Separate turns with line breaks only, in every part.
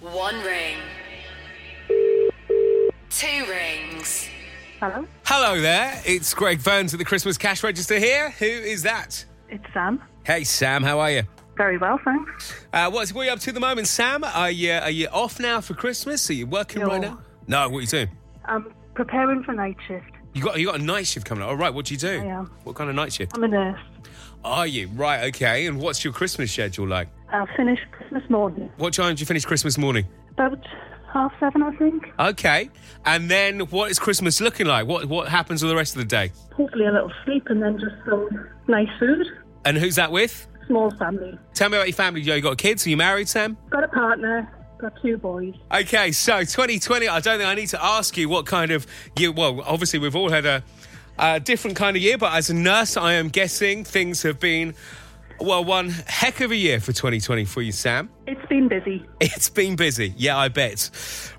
One ring. Two rings.
Hello,
Hello there. It's Greg Burns at the Christmas cash register here. Who is that?
it's Sam.
Hey, Sam. How are you?
Very well, thanks.
Uh, what's what are you up to at the moment, Sam? Are you are you off now for Christmas? Are you working right
No.
now? No. What are you doing?
I'm preparing for night shift.
You got you got a night shift coming up. All right. What do you do?
I am.
What kind of night shift?
I'm a nurse.
Are you right? Okay. And what's your Christmas schedule like?
I'll finish Christmas morning,
What time do you finish Christmas morning?
about half seven, I think.
Okay. And then what is Christmas looking like? What what happens all the rest of the day?
Hopefully, a little sleep and then just some nice food.
And who's that with?
Small family.
Tell me about your family. You got kids? Are you married, Sam?
Got a partner. Got two boys.
Okay, so 2020, I don't think I need to ask you what kind of year. Well, obviously, we've all had a, a different kind of year, but as a nurse, I am guessing things have been, well, one heck of a year for 2020 for you, Sam.
It's been busy.
It's been busy. Yeah, I bet.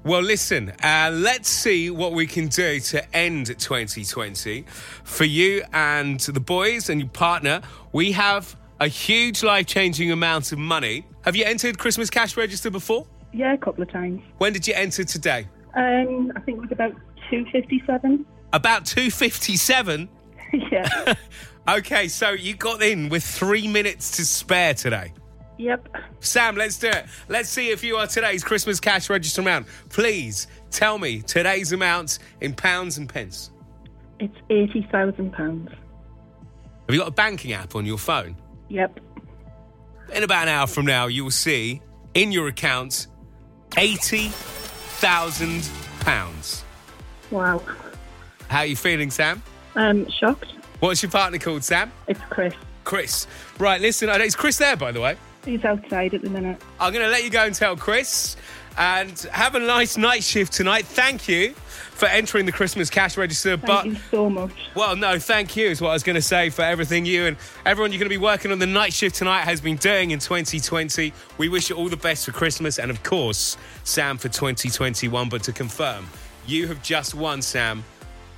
Well, listen, uh, let's see what we can do to end 2020 for you and the boys and your partner. We have a huge life changing amount of money. Have you entered Christmas cash register before?
Yeah, a couple of times.
When did you enter today?
Um, I think it was about two fifty-seven.
About 257.
yeah.
Okay, so you got in with three minutes to spare today.
yep.
Sam, let's do it. Let's see if you are today's Christmas cash register amount. Please tell me today's amount in pounds and pence.
It's eighty thousand pounds.
Have you got a banking app on your phone?
Yep.
In about an hour from now, you will see in your account £80,000.
Wow.
How are you feeling, Sam?
Um, shocked.
What's your partner called, Sam?
It's Chris.
Chris. Right, listen, I know it's Chris there, by the way.
He's outside at the minute.
I'm going to let you go and tell Chris. And have a nice night shift tonight. Thank you for entering the Christmas cash register.
Thank
but
you so much.
well, no, thank you is what I was going to say for everything you and everyone you're going to be working on the night shift tonight has been doing in 2020. We wish you all the best for Christmas and, of course, Sam for 2021. But to confirm, you have just won, Sam,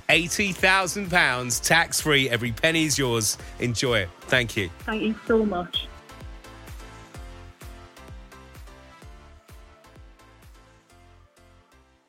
£80,000 tax free. Every penny is yours. Enjoy it. Thank you.
Thank you so much.